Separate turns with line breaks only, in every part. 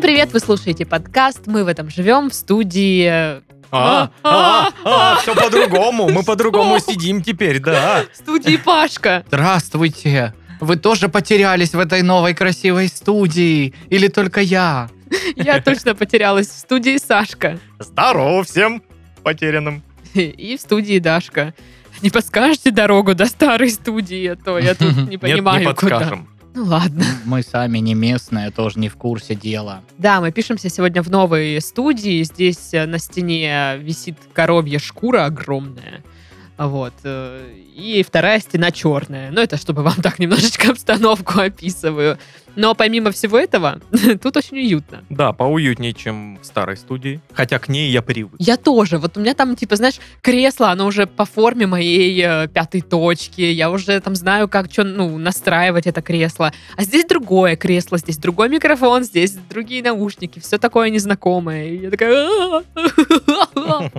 привет! Вы слушаете подкаст «Мы в этом живем» в студии... э,
А, а, а, все по-другому. Мы по-другому сидим теперь, да.
в студии Пашка.
Здравствуйте! Вы тоже потерялись в этой новой красивой студии? Или только я?
Я точно потерялась в студии Сашка.
Здорово всем потерянным.
И в студии Дашка. Не подскажете дорогу до старой студии, а то я тут не
Нет,
понимаю,
не
куда.
подскажем.
Ну ладно.
Мы сами не местные, тоже не в курсе дела.
Да, мы пишемся сегодня в новой студии. Здесь э, на стене висит коровья шкура огромная. Вот. э, И вторая стена черная. Ну, это чтобы вам так немножечко обстановку описываю. Но помимо всего этого, тут очень уютно.
Да, поуютнее, чем в старой студии. Хотя к ней я привык.
Я тоже. Вот у меня там, типа, знаешь, кресло, оно уже по форме моей э, пятой точки. Я уже там знаю, как что, ну, настраивать это кресло. А здесь другое кресло, здесь другой микрофон, здесь другие наушники, все такое незнакомое. И я такая... «А-а-а».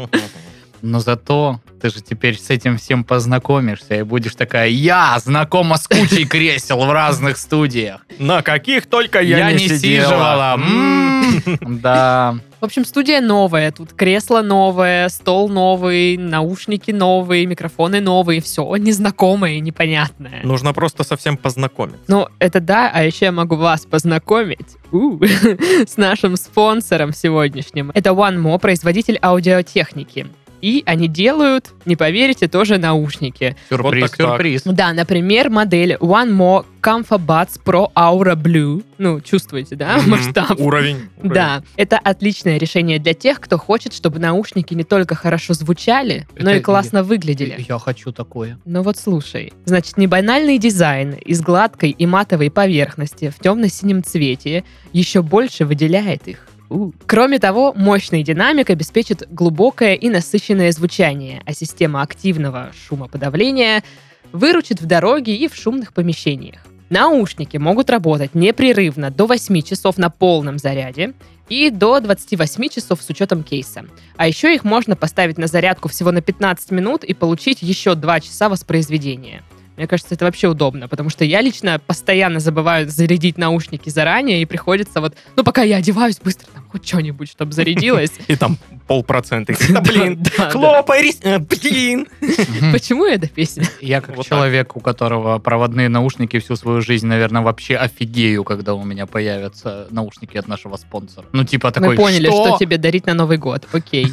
Но зато ты же теперь с этим всем познакомишься и будешь такая «Я знакома с кучей кресел в разных студиях!
На каких только А я,
Я не сиживала.
М.
Да,
В общем, студия новая, тут кресло новое, стол новый, наушники новые, микрофоны новые, все незнакомое и непонятное. Ну,
Нужно просто совсем познакомиться.
это да, а еще я могу вас познакомить у, с нашим спонсором сегодняшним. Это OneMo, производитель аудиотехники. И они делают, не поверите, тоже наушники.
сюрприз,
так-так.
сюрприз.
Да, например, модель OneMo ComfoBuds Pro Aura Blue. Ну, чувствуете, да,
Мгм.
масштаб?
Уровень. уровень.
Да, это отличное решение для тех, кто хочет, чтобы наушники не только хорошо звучали, но
Это
и классно выглядели.
Я хочу такое.
Ну вот слушай. Значит, небанальный дизайн из гладкой и матовой поверхности в темно-синем цвете еще больше выделяет их. У. Кроме того, мощный динамик обеспечит глубокое и насыщенное звучание, а система активного шумоподавления выручит в дороге и в шумных помещениях. Наушники могут работать непрерывно до 8 часов на полном заряде и до 28 часов с учетом кейса. А еще их можно поставить на зарядку всего на 15 минут и получить еще 2 часа воспроизведения. Мне кажется, это вообще удобно, потому что я лично постоянно забываю зарядить наушники заранее, и приходится вот, ну, пока я одеваюсь, быстро там хоть что-нибудь, чтобы зарядилось.
И там полпроцента. Да блин,
Да, да, да.
хлопай, рис- э, блин.
Мгм.
Почему эта песня?
Я как
Вот так.
человек, у которого проводные наушники всю свою жизнь, наверное, вообще офигею, когда у меня появятся наушники от нашего спонсора. Ну, типа такой,
Мы поняли, что тебе дарить на Новый год. Окей.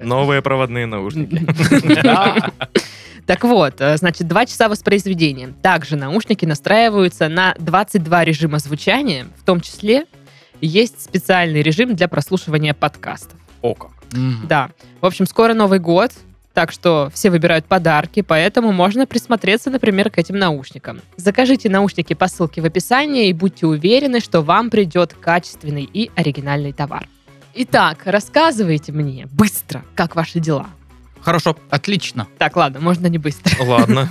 Новые проводные наушники.
Да.
Так вот, э, значит, два часа воспроизведения. Также наушники настраиваются на 22 режима звучания, в том числе есть специальный режим для прослушивания подкастов.
О как.
Мгм.
Да. В общем, скоро Новый год, так что все выбирают подарки, поэтому можно присмотреться, например, к этим наушникам. Закажите наушники по ссылке в описании и будьте уверены, что вам придет качественный и оригинальный товар. Итак, рассказывайте мне быстро, как ваши дела.
Хорошо,
Отлично.
Так, ладно, можно не быстро.
Ладно.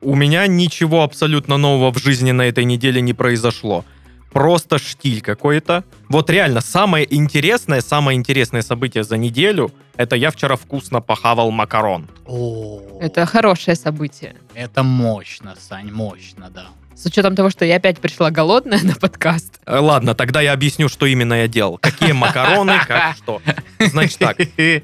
У меня ничего абсолютно нового в жизни на этой неделе не произошло. Просто штиль какой-то. Вот реально, самое интересное, самое интересное событие за неделю, это я вчера вкусно похавал макарон.
О,
Это хорошее событие.
это мощно, Сань, мощно, да.
С учетом того, что я опять пришла голодная на подкаст.
Э, Ладно, тогда я объясню, что именно я делал. Какие макароны, как что. Значит так,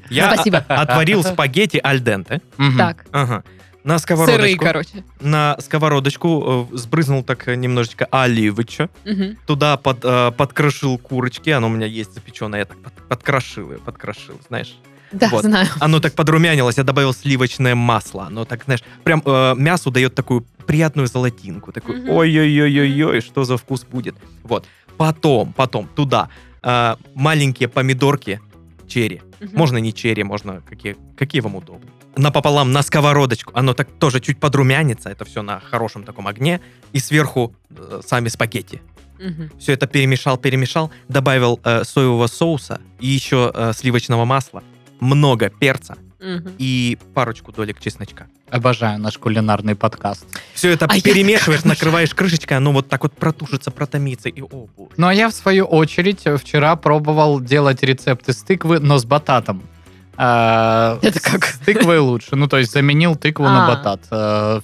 я
Спасибо.
о- отварил спагетти аль денте.
Мгм.
Так,
Ага. На
сырые,
сковородочку,
короче.
на сковородочку э, сбрызнул так э, немножечко оливыча.
Мгм.
туда под, э, подкрошил курочки, оно у меня есть запеченное, я так под- подкрошил ее, подкрошил, знаешь.
Да,
Вот.
знаю.
Оно так подрумянилось, я добавил сливочное масло, оно так, знаешь, прям э, мясу дает такую приятную золотинку, такой
Мгм.
ой-ой-ой-ой-ой, что за вкус будет. Вот, потом, потом, туда э, маленькие помидорки черри,
Мгм.
можно не черри, можно какие, какие вам удобно. Напополам на сковородочку, оно так тоже чуть подрумянится, это все на хорошем таком огне, и сверху э, сами спагетти
Мгм.
все это перемешал, перемешал, добавил э, соевого соуса и еще э, сливочного масла, много перца
Мгм.
и парочку долек чесночка.
Обожаю наш кулинарный подкаст.
Все это
А я
перемешиваешь, накрываешь крышечкой, оно вот так вот протушится, протомится и о, боже.
Ну, а я, в свою очередь, вчера пробовал делать рецепт из тыквы, но с бататом. А,
Это
Это
как?
С тыквой лучше. Ну, то есть заменил тыкву
А.
на батат.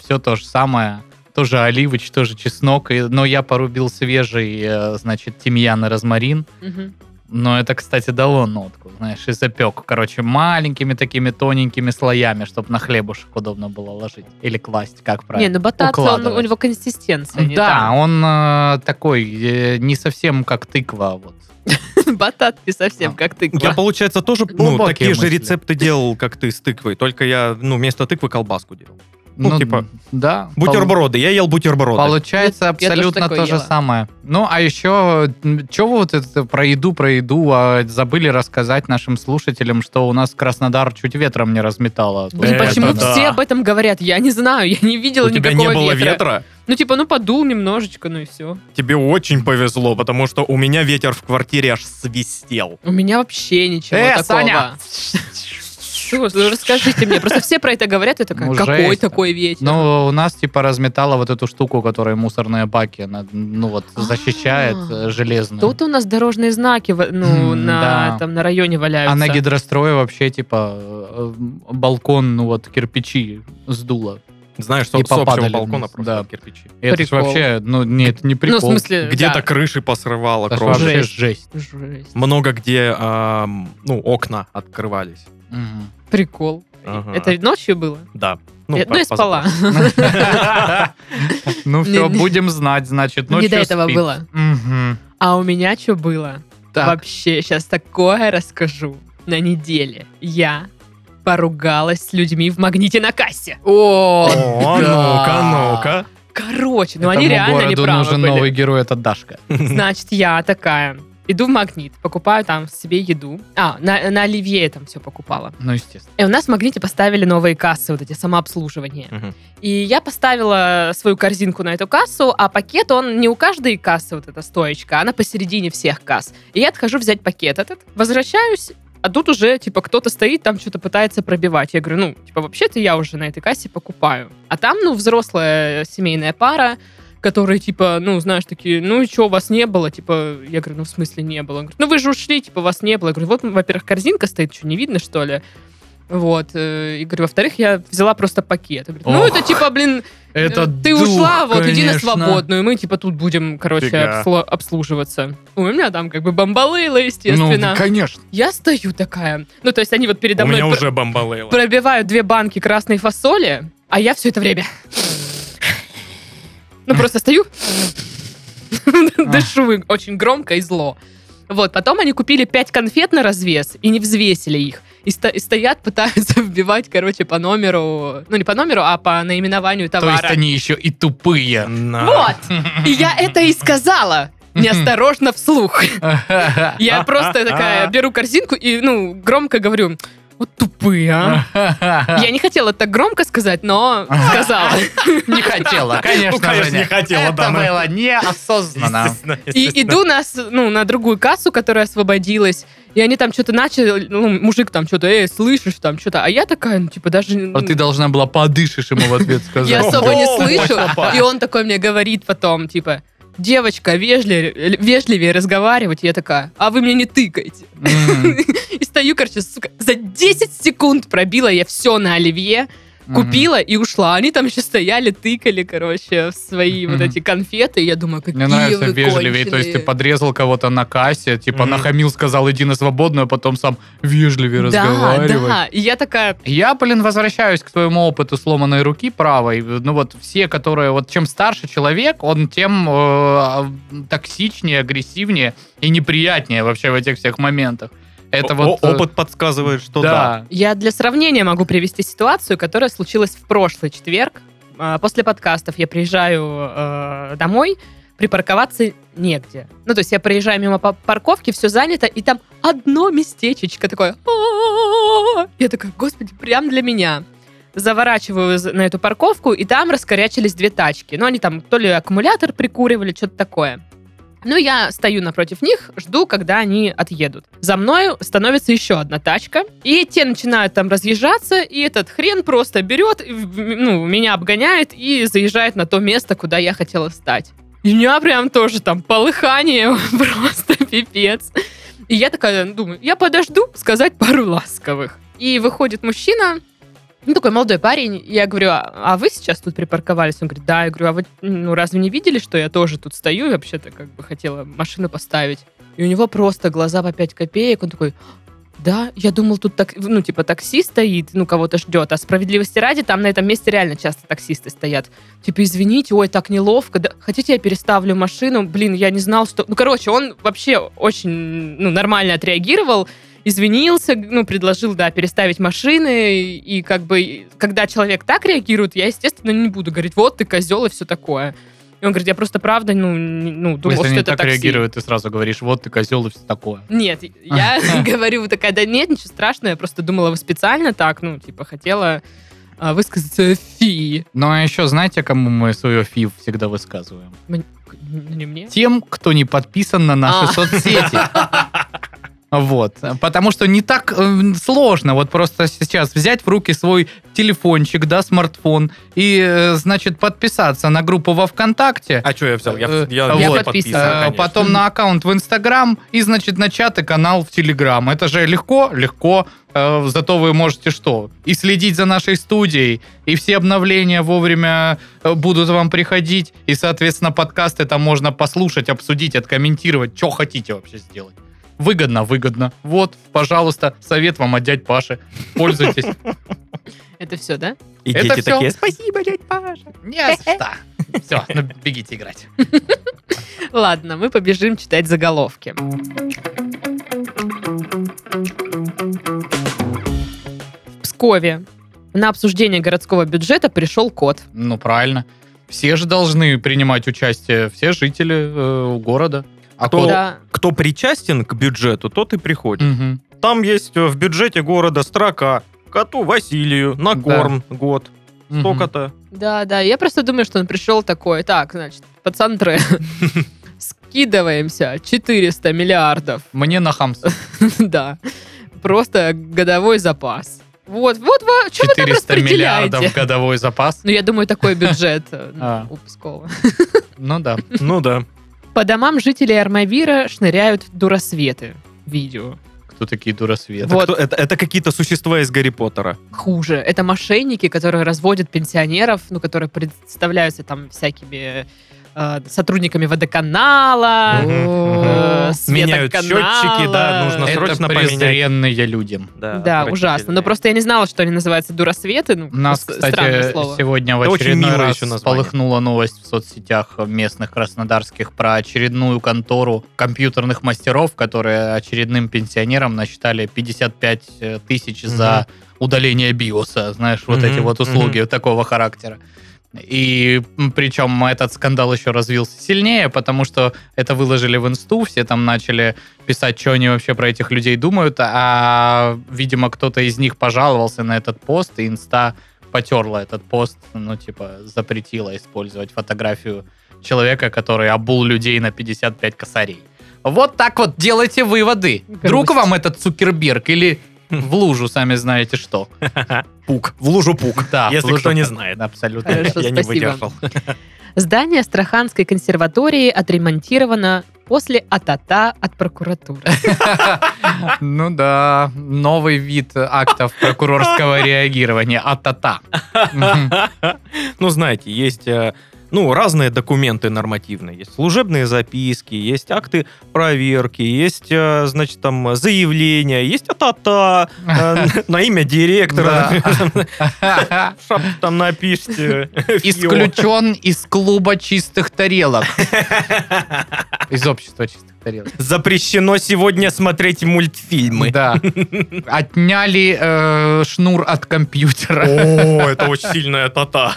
Все то же самое. тоже оливыч, тоже чеснок. И, но я порубил свежий, э, значит, тимьян и розмарин.
Мгм.
Но это, кстати, дало нотку, знаешь, и запек. Короче, маленькими такими тоненькими слоями, чтобы на хлебушек удобно было ложить. Или класть, как
Не,
правильно.
ну батат, он,
Укладывать.
у него консистенция не
да, он э, такой, э, не совсем как тыква. а Вот.
та. Батат не совсем,
А.
как ты.
Я, получается, тоже ну,
Глубокие
такие же
мысли.
рецепты делал, как ты, с тыквой. Только я, ну, вместо тыквы колбаску делал. Ну, типа,
да. пол-
Бутерброды. Я ел бутерброды.
Получается
Я- я тоже
абсолютно
такое
то же
ела.
самое. Ну, а еще, что вот это про еду, про еду, а забыли рассказать нашим слушателям, что у нас Краснодар чуть ветром не разметало. То
Блин,
есть
Это
почему
это-
все
да.
об этом говорят? Я не знаю, я не видела
У тебя не
никакого
было
ветра.
ветра?
Ну, типа, ну подул немножечко, ну и все.
Тебе очень повезло, потому что у меня ветер в квартире аж свистел.
У меня вообще ничего
Э,
такого.
Саня!
Что, ну, расскажите мне, просто все про это говорят, я такая,
Ну,
какой
жесть.
такой ветер?
Ну, у нас типа разметало вот эту штуку, которая мусорные баки, она, ну вот, защищает
А.
э, железную.
Тут у нас дорожные знаки в- ну,
М,
на,
да.
там, на районе валяются.
а на гидрострое вообще типа э, балкон, ну вот, кирпичи сдуло.
Знаешь, что
И
с общего
попадали
балкона
вниз,
просто
да.
кирпичи.
И Это ж
Прикол.
вообще, ну, нет, не прикол.
Ну, в смысле,
Где-то
да.
крыши посрывало,
Это ж
кровля.
вообще
Жесть.
жесть.
Жесть.
Много где, ам, ну, окна открывались.
Мгм.
Прикол.
Ага.
Это ночью было?
Да.
я, ну, я
поза-
спала.
Ну все,
Не- не-
будем знать, значит,
Не
ночью
до этого
спит.
было.
Мгм.
А у меня что было?
Так.
Вообще, сейчас такое расскажу. На неделе я поругалась с людьми в магните на кассе. О,
О,
Да.
ну-ка,
короче, ну они
Этому
реально
городу
неправы
нужен
были.
новый герой, это Дашка.
ну-ка.
Значит, я такая иду в магнит, покупаю там себе еду. А, на, на Оливье я там все покупала.
Ну, естественно.
И у нас в магните поставили новые кассы, вот эти самообслуживания.
Мгм.
И я поставила свою корзинку на эту кассу, а пакет, он не у каждой кассы вот эта стоечка, она посередине всех касс. И я отхожу взять пакет этот, возвращаюсь, а тут уже, типа, кто-то стоит, там что-то пытается пробивать. Я говорю, ну, типа, вообще-то я уже на этой кассе покупаю. А там, ну, взрослая семейная пара, которые, типа, ну, знаешь, такие, ну, и что, вас не было? Типа, я говорю, ну, в смысле не было? Он говорит, ну, вы же ушли, типа, вас не было. Я говорю, вот, во-первых, корзинка стоит, что, не видно, что ли? Вот. э, И говорю, во-вторых, я взяла просто пакет. Он говорит, ну,
Ох.
это, типа, блин,
Это
ты
дух,
ушла, вот, иди на
конечно. Ну,
свободную, мы, типа, тут будем, короче,
Фига.
обслу- обслуживаться. У меня там, как бы, бомбалейла, естественно.
Ну, конечно.
Я стою такая. Ну, то есть они вот передо
У
мной
меня
пр-
уже бомбалейло.
пробивают две банки красной фасоли, а я все это время... Ну, просто стою, дышу и очень громко и зло. Вот, потом они купили пять конфет на развес и не взвесили их. И, сто- и стоят, пытаются вбивать, короче, по номеру... Ну, не по номеру, а по наименованию
То
товара.
есть они еще и тупые.
На.
Вот! И я это и сказала! Неосторожно вслух. Я просто такая беру корзинку и, ну, громко говорю, вот тупые, а. Я не хотела так громко сказать, но сказала.
не хотела,
Ну,
конечно
конечно,
же.
не
нет.
хотела, да,
Это
но-
было
Ну
неосознанно.
Естественно,
И
естественно.
иду на, с- ну, на другую кассу, которая освободилась, и они там что-то начали, ну, мужик там что-то, эй, слышишь, там что-то, а я такая, ну, типа, даже...
А ты должна была подышишь ему в ответ сказать.
Я особо не
О,
слышу.
пошла.
И он такой мне говорит потом, типа, девочка, вежли- вежливее, разговаривать. И я такая, а вы мне не тыкайте.
Мгм.
И стою, короче, сука, за 10 секунд пробила я все на оливье, купила и ушла. Они там еще стояли, тыкали, короче, в свои вот
Мгм.
эти конфеты. И я думаю, какие
Мне нравится
вы
вежливее, то есть ты
конченые.
подрезал кого-то на кассе, типа
Мгм.
нахамил, сказал иди на свободную, а потом сам вежливее
Да,
разговаривай.
да. И я такая,
Я, блин, возвращаюсь к твоему опыту сломанной руки правой. Ну вот все, которые... Вот чем старше человек, он тем э, токсичнее, агрессивнее и неприятнее вообще в этих всех моментах. Это
О-
вот...
о-
э,
Опыт подсказывает, что да.
ну Да.
я для сравнения могу привести ситуацию, которая случилась в прошлый четверг. А, После подкастов я приезжаю э, домой, припарковаться негде. Ну, то есть я проезжаю мимо па- парковки, все занято, и там одно местечечко такое. «А-а-а-а». Я такая, господи, прям для меня. Заворачиваю за- на эту парковку, и там раскорячились две тачки. Ну, они там то ли аккумулятор прикуривали, что-то такое. Ну, я стою напротив них, жду, когда они отъедут. За мной становится еще одна тачка, и те начинают там разъезжаться, и этот хрен просто берет, и в- ну, меня обгоняет и заезжает на то место, куда я хотела встать. И у меня прям тоже там полыхание, просто пипец. И я такая думаю, я подожду сказать пару ласковых. И выходит мужчина, Ну, такой молодой парень. Я говорю, а, а вы сейчас тут припарковались? Он говорит, да. Я говорю, а вы ну, разве не видели, что я тоже тут стою и вообще-то как бы хотела машину поставить? И у него просто глаза по 5 копеек. Он такой, да, я думал, тут так, ну, типа, такси стоит, ну, кого-то ждет. А справедливости ради, там на этом месте реально часто таксисты стоят. Типа, извините, ой, так неловко. Да, хотите, я переставлю машину? Блин, я не знал, что... Ну, короче, он вообще очень ну, нормально отреагировал извинился, ну, предложил, да, переставить машины, и, и как бы, и когда человек так реагирует, я, естественно, не буду говорить, вот ты козел и все такое. И он говорит, я просто правда, ну, не- ну думал, что
Если они
это
так
такси.
реагируют, ты сразу говоришь, вот ты козел и все такое.
Нет, я
А.
говорю такая, да нет, ничего страшного, я просто думала, вы специально так, ну, типа, хотела а, высказаться фи.
Ну а еще знаете, кому мы свое фив всегда высказываем?
Ну, Не мне.
Тем, кто не подписан на наши
А.
соцсети. Вот. Потому что не так э, сложно вот просто сейчас взять в руки свой телефончик, да, смартфон, и, э, значит, подписаться на группу во ВКонтакте,
А что я взял? Я,
Э,
я,
я
был
подписан,
подписан,
да,
э,
конечно.
потом на аккаунт в Инстаграм и, значит, на чат и канал в Телеграм. Это же легко, легко. Э, Зато вы можете что? И следить за нашей студией, и все обновления вовремя э, будут вам приходить, и, соответственно, подкасты там можно послушать, обсудить, откомментировать, что хотите вообще сделать. Выгодно, выгодно. Вот, пожалуйста, совет вам от дядь Паши. Пользуйтесь.
Это все, да?
И
это
дети
всё.
такие, спасибо, дядь Паша.
Не за что. Все, бегите играть.
Ладно, мы побежим читать заголовки. В Пскове на обсуждение городского бюджета пришел кот.
Ну, правильно. Все же должны принимать участие, все жители э, города. А
Кто-
кот-
Да.
Кто причастен к бюджету, тот и приходит.
Мгм.
Там есть э, в бюджете города строка коту Василию на
Да.
корм год.
Мгм.
Сколько-то.
Да, да, я просто думаю, что он пришел такой. Так, значит, пацантры, скидываемся 400 миллиардов.
Мне на хамс.
Да, просто годовой запас. Вот, вот, что вы там
400 миллиардов
распределяете?
годовой запас.
Ну, я думаю, такой бюджет э,
А.
у Пскова.
Ну да.
Ну да.
По домам жителей Армавира шныряют дуросветы. Видео.
Кто такие дуросветы?
Это
Вот.
кто- Это это какие-то существа из Гарри Поттера.
Хуже. Это мошенники, которые разводят пенсионеров, ну, которые представляются там всякими э, сотрудниками водоканала,
Мгм.
э, светоканала.
Меняют
Э,
счетчики, да, нужно
Это
срочно поменять.
презренные людям.
Да, ужасно. Но просто я не знала, что они называются дуросветы. Ну,
У Нас,
с- странное
кстати,
слово.
сегодня в
Это очень
очередной
милое
раз
еще название.
полыхнула новость в соцсетях местных краснодарских про очередную контору компьютерных мастеров, которые очередным пенсионерам насчитали 55 э, тысяч за удаление биоса, знаешь, вот
Мгм,
эти вот услуги такого характера. И м, причем этот скандал еще развился сильнее, потому что это выложили в инсту, все там начали писать, что они вообще про этих людей думают, а, видимо, кто-то из них пожаловался на этот пост, и инста потерла этот пост, ну, типа, запретила использовать фотографию человека, который обул людей на 55 косарей. Вот так вот делайте выводы. Друг
Грусть.
вам этот Цукерберг или в лужу, сами знаете что.
пук. В лужу пук.
Да,
Если
в лужу
кто не
пук.
знает.
Абсолютно.
Хорошо,
А, Я не
спасибо.
выдержал.
Здание Астраханской консерватории отремонтировано после атата от прокуратуры.
Ну да, новый вид актов прокурорского реагирования. А-та-та. Мгм.
Ну, знаете, есть э, ну, разные документы нормативные. Есть служебные записки, есть акты проверки, есть, э, значит, там, заявления, есть атата э, на имя директора. например, Шапку там напишите.
Исключен из клуба чистых тарелок. Из общества чистых тарелок.
Запрещено сегодня смотреть мультфильмы.
Да. Отняли э, шнур от компьютера.
О, это очень сильная тата.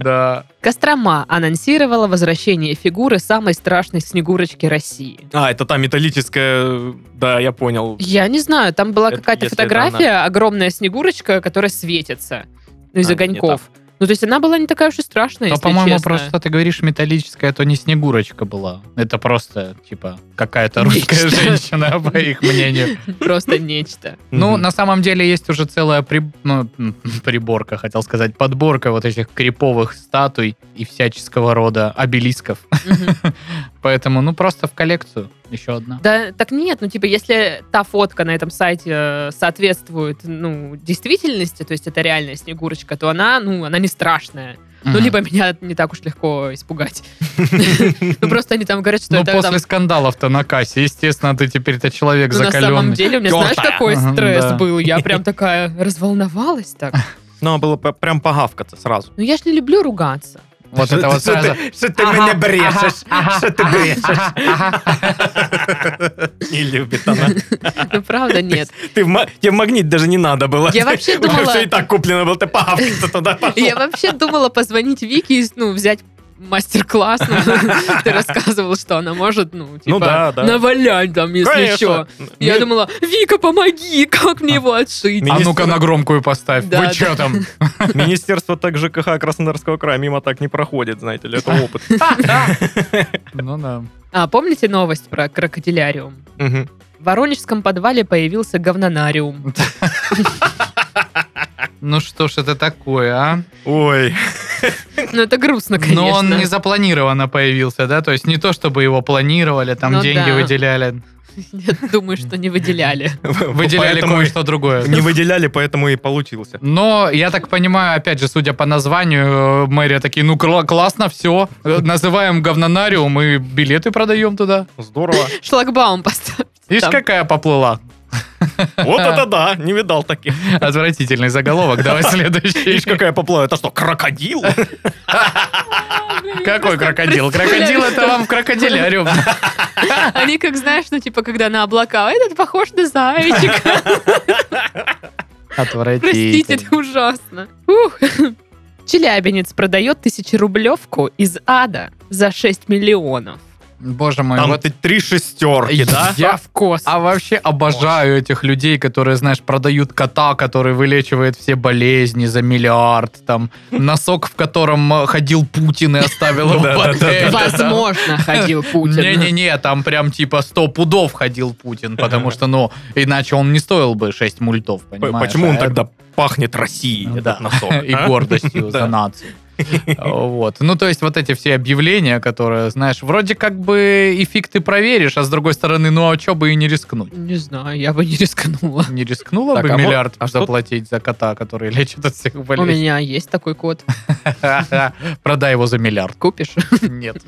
Да.
Кострома анонсировала возвращение фигуры самой страшной снегурочки России.
А, это та металлическая... Да, я понял.
Я не знаю, там была
Это
какая-то
если это
фотография, огромная снегурочка, которая светится ну, из
А,
огоньков. Ну, то есть она была не такая уж и страшная,
Но,
если
по-моему,
честно.
просто ты говоришь металлическая, то не Снегурочка была. Это просто, типа, какая-то
Нечто.
русская женщина, по их мнению.
Просто нечто.
Ну,
Мгм.
на самом деле, есть уже целая при- ну, м, приборка, хотел сказать, подборка вот этих криповых статуй и всяческого рода обелисков.
Мгм.
Поэтому, ну, просто в коллекцию. еще одна.
Да, так нет, ну типа, если та фотка на этом сайте э, соответствует, ну, действительности, то есть это реальная снегурочка, то она, ну, она не страшная. Ну,
Мгм.
либо меня не так уж легко испугать. Ну, просто они там говорят, что
Ну,
это
после
там...
скандалов-то на кассе, естественно, ты теперь-то человек
Ну, на самом
закаленный.
деле, у меня, знаешь,
Тёртая.
какой
Мгм,
стресс
да.
был? Я прям такая разволновалась так.
Надо было п- прям погавкаться сразу.
Ну, я ж не люблю ругаться.
Вот это вот сразу.
Что ты
Ага, ага, ага, ага, ага.
Не любит она.
Ну, правда, нет.
Ты в ма- Тебе в магнит даже не надо было.
Я вообще думала-
Все и так куплено было, ты погавкаться туда пошел.
Я вообще думала позвонить Вики и, ну, взять мастер-класс. Ну, Ты рассказывал, что она может, ну, типа,
да, да.
навалять там, если что. Я
Ми-
думала, Вика, помоги, как мне его отшить?
Ми-
А ну-ка на громкую поставь.
Да, да.
Вы что там?
Министерство так ЖКХ Краснодарского края мимо так не проходит, знаете ли, это опыт.
Ну да.
А помните новость про крокодиляриум?
Мгм.
В воронежском подвале появился говнонариум.
Ну что ж это такое, а?
Ой,
Ну, это грустно, конечно.
Но он не запланированно появился, да? То есть не то, чтобы его планировали, там
Ну
деньги
да.
выделяли.
Я думаю, что не выделяли.
Выделяли
Ну, Поэтому
кое-что другое.
Не выделяли, поэтому и получился.
Но, я так понимаю, опять же, судя по названию, э, мэрия такие, ну кла- классно, все, называем говнонариум и билеты продаем туда.
Здорово.
Шлагбаум поставь.
Видишь,
Там.
какая поплыла.
Вот это да, не видал таких.
Отвратительный заголовок, давай следующий.
Видишь, какая поплыла. Это что, крокодил?
Ну Какой крокодил? Крокодил это вам в крокодиляриум.
Они как, знаешь, ну, типа, когда на облака, «А этот похож на зайчика. Простите,
Отвратительно.
это ужасно. Ух. Челябинец продает тысячерублевку из ада за 6 миллионов.
Боже мой,
Там
вот
ты три шестерки, да?
я
в кос.
А вообще обожаю этих людей, которые, знаешь, продают кота, который вылечивает все болезни за миллиард, там, носок, в котором э, ходил Путин и оставил его
Да-да-да-да.
под это.
Возможно, ходил Путин.
Э, Не-не-не, там прям типа 100 пудов ходил Путин, потому что, ну, иначе он не стоил бы 6 мультов,
П-
понимаешь?
Почему
А
он
это-
тогда пахнет Россией,
Ну
этот
да.
носок?
И
а?
гордостью
Да.
за нацию. Вот. Ну, то есть вот эти все объявления, которые, знаешь, вроде как бы и фиг ты проверишь, а с другой стороны, ну, а чё бы и не рискнуть?
Не знаю, я бы не рискнула.
Не рискнула
Так,
бы
а вот-
миллиард
а что-
заплатить за кота, который лечит от всех
У
болезней?
меня есть такой кот.
Продай его за миллиард.
Купишь?
Нет.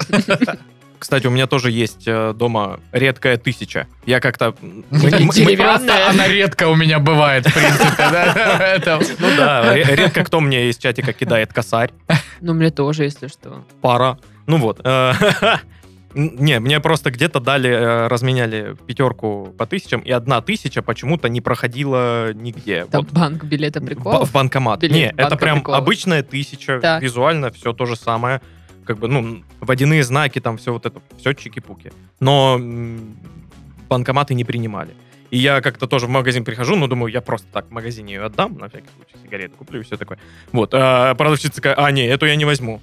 Кстати, у меня тоже есть э, дома редкая тысяча. Я как-то...
Мы- мы- мы
Деревянная.
просто- Ну, Она редко у меня бывает, в принципе. да. Это-
Ну да, ре- редко кто мне из чатика кидает косарь.
Ну, мне тоже, если что.
Пара. Ну вот. э, Не, мне просто где-то дали, э, разменяли пятерку по тысячам, и одна тысяча почему-то не проходила нигде.
Там
Вот.
банк билета
Ба-
приколов.
В банкомат.
Билет
Не, это
банка
прям
приколов.
обычная тысяча,
Так.
визуально все то же самое. Как бы, ну, водяные знаки, там все вот это, все чики-пуки. Но м, банкоматы не принимали. И я как-то тоже в магазин прихожу, но думаю, я просто так в магазине ее отдам, на всякий случай сигареты куплю и все такое. Вот, а продавщица такая, а, не, эту я не возьму.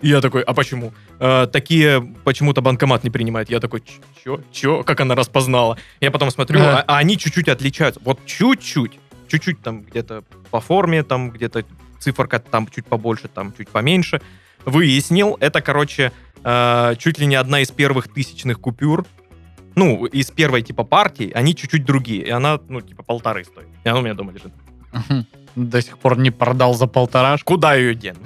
И я такой, а почему? «Э, такие почему-то банкомат не принимает. Я такой, «Ч- чё, чё, как она распознала? Я потом смотрю,
Да.
а, а они чуть-чуть отличаются. Вот чуть-чуть, чуть-чуть там где-то по форме, там где-то циферка там чуть побольше, там чуть поменьше. Выяснил, это, короче, э, чуть ли не одна из первых тысячных купюр. Ну, из первой типа партии, они чуть-чуть другие. И она, ну, типа полторы стоит. И она у меня дома лежит.
До сих пор не продал за полторашку.
Куда ее дену?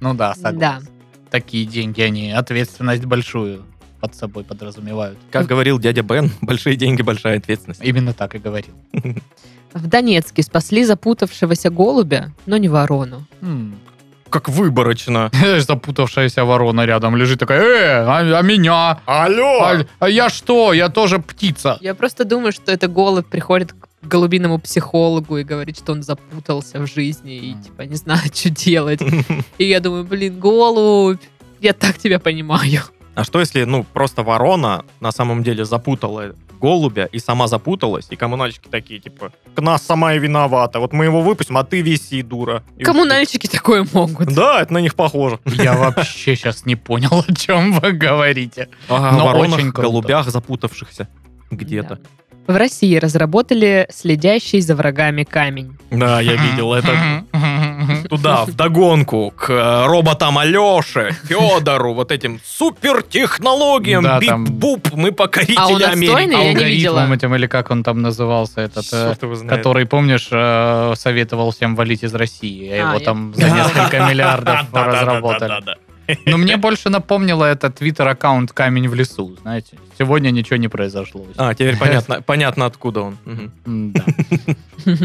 Ну
Да.
да, согласен. Такие деньги, они ответственность большую под собой подразумевают.
Как говорил дядя Бен, большие деньги, большая ответственность.
Именно так и говорил.
В Донецке спасли запутавшегося голубя, но не ворону.
М.
Как выборочно.
Запутавшаяся ворона рядом лежит такая, э, а, а меня?
Алло!
А, а я что? Я тоже птица.
Я просто думаю, что это голубь приходит к голубиному психологу и говорит, что он запутался в жизни и, типа, не знает, что делать. И я думаю, блин, голубь, я так тебя понимаю.
А что если, ну, просто ворона на самом деле запутала голубя и сама запуталась, и коммунальщики такие, типа, к нас сама и виновата, вот мы его выпустим, а ты виси, дура. И
Коммунальщики такое
вот-
могут.
Да, это на них похоже.
Я вообще сейчас не понял, о чем вы говорите.
Ага,
Но
воронах,
очень круто.
голубях запутавшихся где-то.
Да. В России разработали следящий за врагами камень.
Да, я видел это.
Мгм.
туда, в догонку к э, роботам Алёше, Федору, вот этим супертехнологиям,
Да, там-
бип-буп,
А
мы
он
покорители
отстойный?
Америки.
Я не
Алгоритмом
видела.
этим, или как он там назывался, этот... э,
Чёрт его знает.
Который, помнишь, э, советовал всем валить из России, а
А,
его
я-
там за несколько
А,
миллиардов разработали.
Да-да-да-да-да.
Но мне больше напомнило этот твиттер-аккаунт «Камень в лесу», знаете. Сегодня ничего не произошло.
А, теперь понятно, понятно откуда он. Мгм.
М-да.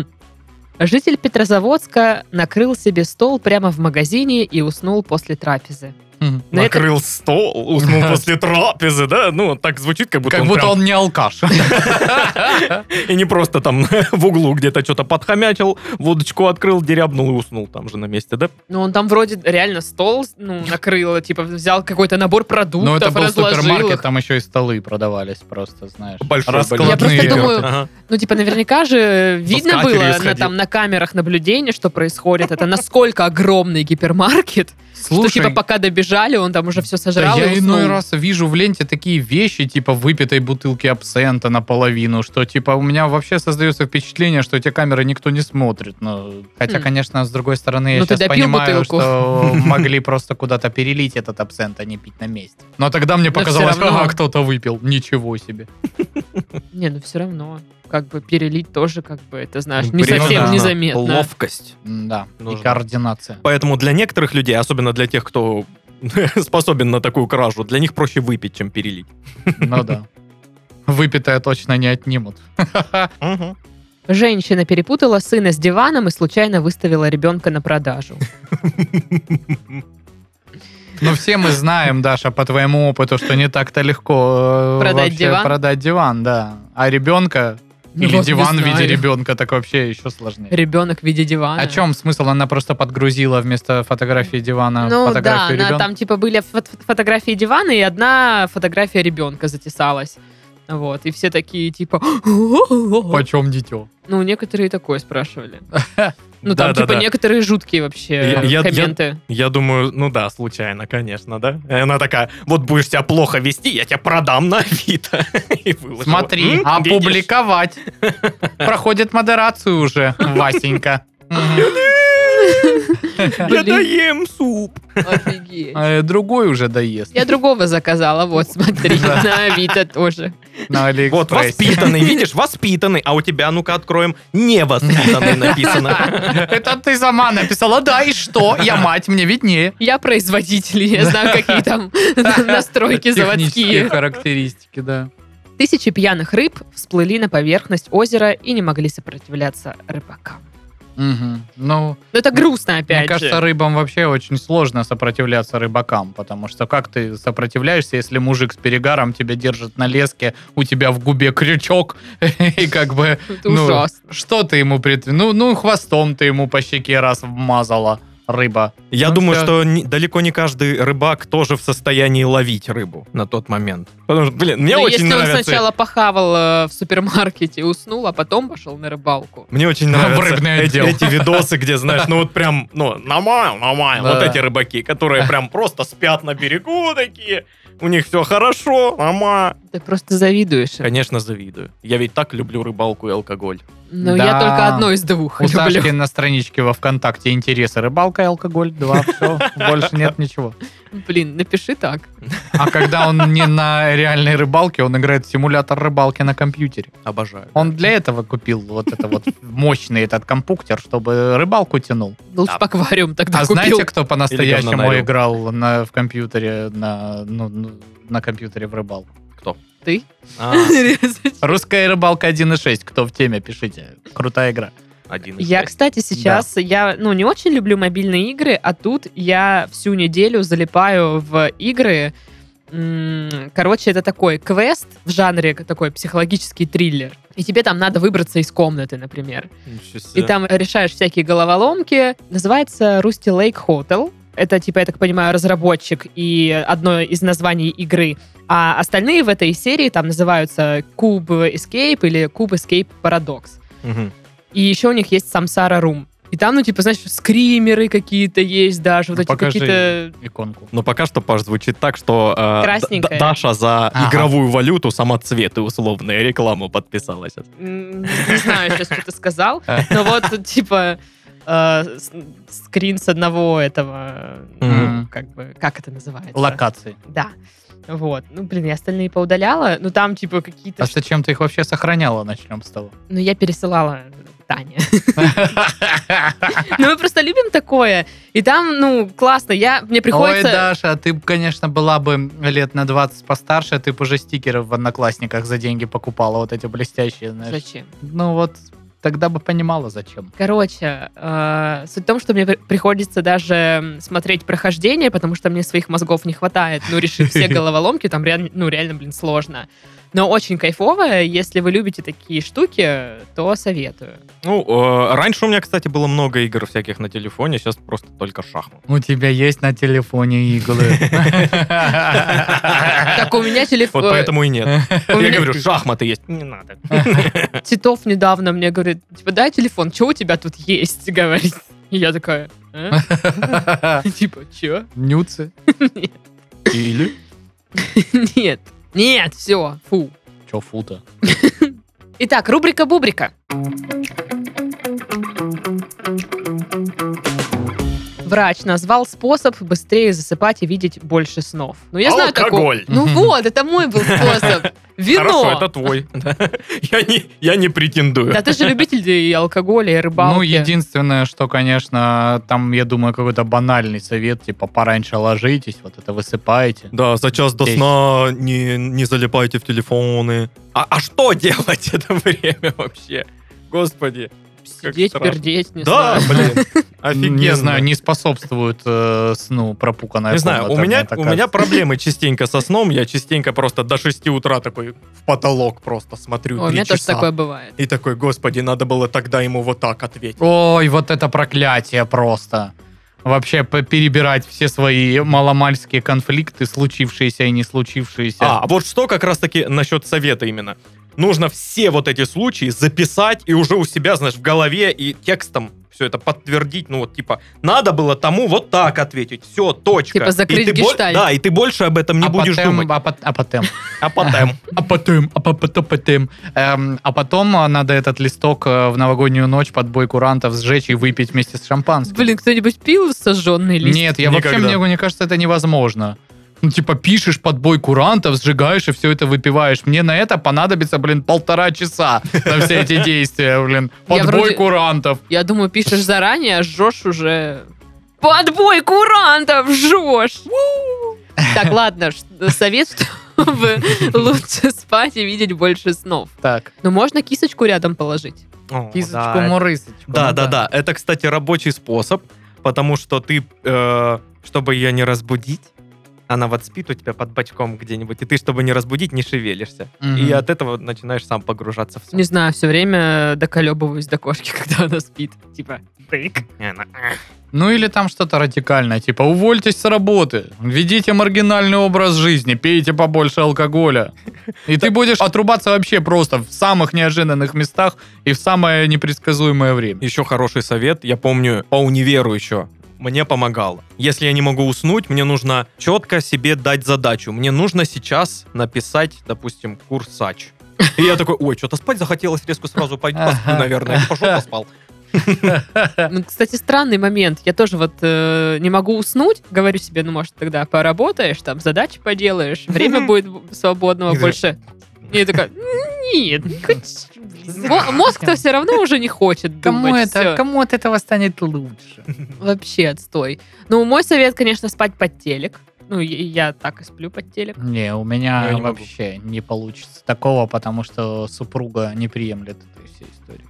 Житель Петрозаводска накрыл себе стол прямо в магазине и уснул после трапезы.
Мгм.
Но Ну, это-
Накрыл стол, уснул после трапезы, да? Ну, так звучит, как будто
Как
он
будто
прям-
он не алкаш.
И не просто там в углу где-то что-то подхомячил, водочку открыл, дерябнул и уснул там же на месте, да?
Ну, он там вроде реально стол ну, накрыл, типа взял какой-то набор продуктов,
Но Ну, это был
разложил
супермаркет,
их.
там еще и столы продавались просто, знаешь.
Большой,
Я просто
Раскладные.
думаю,
Ага.
Ну, типа, наверняка же видно
скатерью
было на,
сходил.
там, на камерах наблюдения, что происходит. Это насколько огромный гипермаркет, что,
Слушай,
типа, пока добежали, он там уже все
да
сожрал
я
и уснул.
иной раз вижу в ленте такие вещи, типа выпитой бутылки абсента наполовину, что, типа, у меня вообще создается впечатление, что эти камеры никто не смотрит. Ну, хотя,
Хм.
конечно, с другой стороны, я
Ну, ты
сейчас
допил
понимаю,
бутылку.
что могли просто куда-то перелить этот абсент, а не пить на месте. Но тогда мне
Но всё
показалось,
равно.
ага, кто-то выпил. Ничего себе.
Не, ну все равно. Как бы перелить тоже, как бы, это знаешь, не
Блин,
совсем
да.
незаметно.
Ловкость.
Да, и
Ну
Нужно.
координация.
Поэтому для некоторых людей, особенно для тех, кто способен на такую кражу, для них проще выпить, чем перелить.
Ну да. Выпитое точно не отнимут.
Ну, Женщина перепутала сына с диваном и случайно выставила ребенка на продажу.
Но Ну, все мы знаем, Даша, по твоему опыту, что не так-то легко э,
Продать
вообще
диван?
продать диван, да. А ребенка
Ну,
или диван в виде А ребенка, так вообще еще сложнее.
Ребенок в виде дивана.
О чем смысл? Она просто подгрузила вместо фотографии
А,
дивана
Ну да,
фотографию
она-
ребенка.
там типа были фот- фотографии дивана, и одна фотография ребенка затесалась. Вот, и все такие типа...
Почем дитё?
Ну, некоторые такое спрашивали. Ну, там,
Да-да-да.
типа, некоторые жуткие вообще
Я- я-
комменты.
Я думаю, ну да, случайно, конечно, да? И она такая, вот будешь себя плохо вести, я тебя продам на Авито. И выложила.
Смотри,
а
М, видишь?
опубликовать. Проходит модерацию уже, Васенька. Мгм.
Я
Блин.
доем суп.
Офигеть.
А, э, Другой уже доест.
Я другого заказала, вот, смотри,
Да.
на Авито тоже.
На
Вот,
Алиэкспрессе.
воспитанный, видишь, воспитанный. А у тебя, ну-ка, откроем, невоспитанный написано.
Это ты сама написала, да, и что? Я мать, мне виднее.
Я производитель, я знаю, какие там настройки
Технические
заводские.
характеристики, да.
Тысячи пьяных рыб всплыли на поверхность озера и не могли сопротивляться рыбакам.
Мгм. Ну,
Ну, это грустно,
мне
опять
кажется,
же.
рыбам вообще очень сложно сопротивляться рыбакам, потому что как ты сопротивляешься, если мужик с перегаром тебя держит на леске, у тебя в губе крючок, и как бы,
Это
ну,
ужасно.
что ты ему прит... Ну, ну, хвостом ты ему по щеке раз вмазала, рыба.
Я
Ну,
думаю,
да.
что не- далеко не каждый рыбак тоже в состоянии ловить рыбу на тот момент. Потому что, блин, мне
Ну,
очень
если он
нравится...
сначала похавал э, в супермаркете, уснул, а потом пошел на рыбалку.
Мне очень
в
нравятся
рыбный
эти,
отдел.
эти видосы, где, знаешь, ну вот прям, ну, намайл, намайл, вот
Да.
эти рыбаки, которые прям просто спят на берегу такие, у них все хорошо, мама.
Ты просто завидуешь. им.
Конечно, завидую. Я ведь так люблю рыбалку и алкоголь.
Ну, я
Да.
только одно из двух
У
люблю.
Сашки на страничке во ВКонтакте интересы рыбалка и алкоголь, два, все, больше нет ничего.
Блин, напиши так.
А когда он не на реальной рыбалке, он играет в симулятор рыбалки на компьютере.
Обожаю.
Он для этого купил вот это вот мощный этот компуктер, чтобы рыбалку тянул.
Лучше
Да.
по Ну, аквариум тогда
А
купил.
знаете, кто
Или говно
по-настоящему
налил.
играл на, в компьютере на, ну, ну, на компьютере в рыбалку?
Ты?
А,
Русская рыбалка 1.6. Кто в теме, пишите. Крутая игра.
один из
Я,
шести.
кстати, сейчас, я, ну, не очень люблю мобильные игры, а тут я всю неделю залипаю в игры. М, Короче, это такой квест в жанре такой психологический триллер. И тебе там надо выбраться из комнаты, например. И
Ничего себе.
Э.
там решаешь всякие головоломки. Называется Rusty Lake Hotel. Это, типа, я так понимаю, разработчик и одно из названий игры. А остальные в этой серии там называются Cube Escape или Cube Escape Paradox.
Мгм.
И еще у них есть Samsara Room. И там, ну, типа, знаешь, скримеры какие-то есть даже, вот
Ну,
эти
покажи.
какие-то...
Иконку.
Но пока что, Паш, звучит так, что э, Д-
Красненькое.
Даша за
Ага.
игровую валюту сама цвет и условная рекламу подписалась.
А.
м, Не знаю, сейчас что ты сказал, но вот, типа, э, с- скрин с одного этого,
Мгм.
ну, как бы, как это называется?
Локации.
Да. Вот. Ну, блин, я остальные поудаляла. Ну, там, типа, какие-то...
А зачем ты их вообще сохраняла? Начнем с того.
Ну, я пересылала Тане. Ну, мы просто любим такое. И там, ну, классно. Я... Мне
Ой,
приходится...
Даша, ты, б, конечно, была бы лет на 20 постарше, ты бы уже стикеры в Одноклассниках за деньги покупала, вот эти блестящие, знаешь.
Зачем?
Ну вот, тогда бы понимала, зачем.
Короче, э, суть в том, что мне при- приходится даже м, смотреть прохождение, потому что мне своих мозгов не хватает. Ну, решить все головоломки там реально, ну, реально, блин, сложно. Но очень кайфовое. Если вы любите такие штуки, то советую.
Ну, э, раньше у меня, кстати, было много игр всяких на телефоне, сейчас просто только шахмат.
У тебя есть на телефоне иглы.
Так у меня телефон...
Вот поэтому и нет.
у
Я
меня
говорю, шахматы есть. Не надо.
Титов недавно мне говорит, типа, дай телефон, что у тебя тут есть, говорит. И я такая, «А?» типа, че?
Нюцы.
Или?
Нет. Нет, все, фу.
Чё фута?
Итак, рубрика Бубрика. Врач назвал способ быстрее засыпать и видеть больше снов. Ну, я знаю такой.
Алкоголь.
Ну вот, это мой был способ.
Хорошо, это
Вино.
твой. Да. Я не, я не претендую.
Да ты же любитель и алкоголя, и рыбалки.
Ну, единственное, что, конечно, там, я думаю, какой-то банальный совет, типа, пораньше ложитесь, вот это высыпаете.
Да, за час до
Здесь.
сна не, не залипайте в телефоны. А, а что делать это время вообще? Господи. как
Сидеть,
страшно.
пердеть, не
да,
знаю.
блин, офигенно.
Не знаю, не способствует э, сну пропуканная
Не знаю, у
комната,
меня,
мне так
у меня
кажется.
проблемы частенько со сном. Я частенько просто до 6 утра такой в потолок просто смотрю.
Ой, У
Ну, три
меня тоже
часа.
такое бывает.
И такой, господи, надо было тогда ему вот так ответить.
Ой, вот это проклятие просто. Вообще п- перебирать все свои маломальские конфликты, случившиеся и не случившиеся.
А, а вот что как раз-таки насчет совета именно. Нужно все вот эти случаи записать и уже у себя, знаешь, в голове и текстом все это подтвердить. Ну вот, типа, надо было тому вот так ответить. Все, точка.
Типа закрыть
И ты бо-
гештальт.
Да, и ты больше об этом не
А
будешь
потом-
думать.
А, пот- а потом.
А потом.
А потом, а по- потом, потом. Эм, а потом э, надо этот листок э, в новогоднюю ночь под бой курантов сжечь и выпить вместе с шампанским.
Блин, кто-нибудь пил сожженный лист?
Нет, я
Никогда.
вообще, мне, мне кажется, это невозможно. Ну, типа, пишешь под бой курантов, сжигаешь и все это выпиваешь. Мне на это понадобится, блин, полтора часа на все эти действия, блин.
Я
Под бой
вроде-
курантов.
Я думаю, пишешь заранее, а жжешь уже... Подбой курантов жжешь! Так, ладно, ш- совет, чтобы лучше спать и видеть больше снов.
Так,
Но можно кисочку рядом положить.
О,
кисочку,
да,
мурысочку.
Да,
ну
да, да. Это, кстати, рабочий способ, потому что ты, э, чтобы ее не разбудить, она вот спит у тебя под бочком где-нибудь, и ты, чтобы не разбудить, не шевелишься.
Мгм.
И от этого начинаешь сам погружаться в сон.
Не знаю, все время доколебываюсь до кошки, когда она спит. Типа, тык.
И она,
Ну или там что-то радикальное, типа увольтесь с работы, ведите маргинальный образ жизни, пейте побольше алкоголя. И ты будешь отрубаться вообще просто в самых неожиданных местах и в самое непредсказуемое время.
Еще хороший совет, я помню, по универу еще мне помогало. Если я не могу уснуть, мне нужно четко себе дать задачу. Мне нужно сейчас написать, допустим, курсач. И я такой, ой, что-то спать захотелось резко сразу, пойду посплю,
Ага.
наверное. И Пошел, поспал.
Ну, кстати, странный момент. Я тоже вот э, не могу уснуть. Говорю себе, ну, может, тогда поработаешь, там, задачи поделаешь, время будет свободного
И ты-
больше. И я такая, нет, мо- мозг-то все равно уже не хочет
Кому,
думать.
это,
всё.
кому от этого станет лучше?
Вообще отстой. Ну, мой совет, конечно, спать под телек. Ну, я, я так и сплю под телек.
Не, у
Я
меня
не могу.
вообще не получится такого, потому что супруга не приемлет этой всей истории.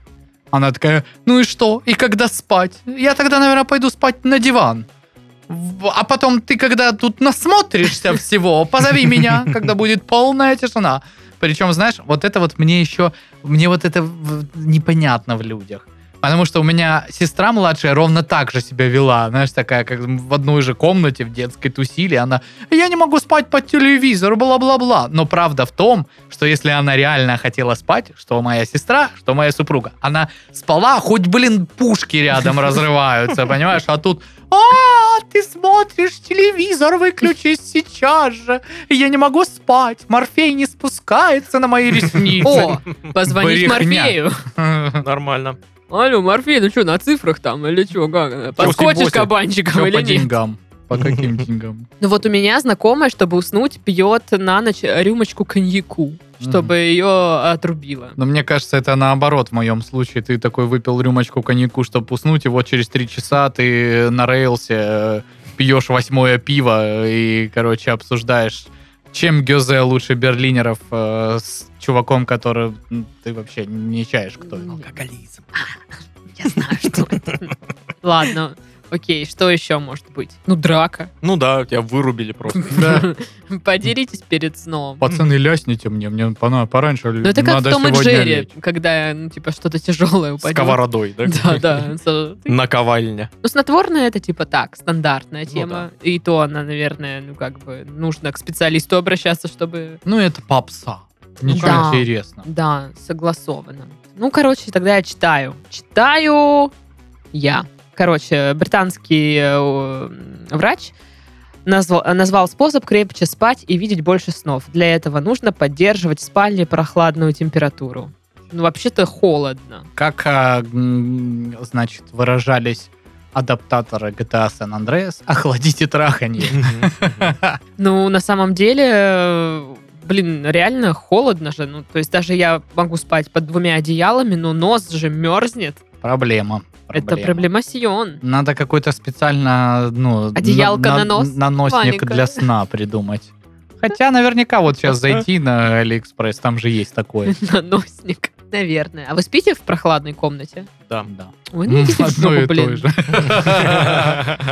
Она такая, ну и что? И когда спать? Я тогда, наверное, пойду спать на диван. В- А потом ты, когда тут насмотришься всего, позови меня, когда будет полная тишина. Причем, знаешь, вот это вот мне еще, мне вот это в- непонятно в людях. Потому что у меня сестра младшая ровно так же себя вела. Знаешь, такая, как в одной же комнате в детской тусили. Она, я не могу спать под телевизор, бла-бла-бла. Но правда в том, что если она реально хотела спать, что моя сестра, что моя супруга, она спала, хоть, блин, пушки рядом разрываются, понимаешь? А тут, а, ты смотришь телевизор, выключись сейчас же. Я не могу спать, морфей не спускается на мои ресницы.
О, позвонить
Брехня.
Морфею.
Нормально.
Алло, Морфей, ну что, на цифрах там или что? Как? Подскочишь
Восемь-восемь.
кабанчиком
Все
или
по
нет?
деньгам. По каким деньгам?
Ну вот у меня знакомая, чтобы уснуть, пьет на ночь рюмочку коньяку, чтобы ее отрубило.
Но мне кажется, это наоборот в моем случае. Ты такой выпил рюмочку коньяку, чтобы уснуть, и вот через три часа ты на рельсе э, пьешь восьмое пиво и, короче, обсуждаешь, чем Гёзе лучше берлинеров э, с чуваком, который м, ты вообще не чаешь, кто это.
Алкоголизм.
Ну, Я знаю, что это. Ладно, окей, что еще может быть? Ну, драка.
Ну да, тебя вырубили просто.
Да.
Поделитесь перед сном.
Пацаны, лясните мне, мне пона- пораньше
Ну, это как в
надо
Том и
сегодня
Джерри,
лечь.
когда, ну, типа, что-то тяжелое
С
упадет.
сковородой, да?
Да, да. со-
Наковальня.
Ну, снотворное это типа так, стандартная
Ну
тема. И то она, наверное, ну как бы нужно к специалисту обращаться, чтобы...
Ну, это попса. Ничего
Ну Да.
интересного.
Да, согласованно. Ну, короче, тогда я читаю. Читаю я. Короче, британский э, о, м, врач назвал, назвал способ крепче спать и видеть больше снов. Для этого нужно поддерживать в спальне прохладную температуру. Ну, вообще-то холодно.
Как, а, м, значит, выражались адаптаторы GTA San Andreas, охладите траханье.
Ну, на самом деле, э, блин, реально холодно же. Ну, то есть даже я могу спать под двумя одеялами, но нос же мерзнет.
Проблема.
Это проблемасьон.
Надо какой-то специально, ну...
Одеялко на нос?
Наносник
Маленькое.
для сна придумать. Хотя наверняка вот сейчас зайти на Алиэкспресс, там же есть такое.
Наносник. Наверное. А вы спите в прохладной комнате?
Да.
Да.
Вы не идите в
Одно и
жопу,
то
блин.
же.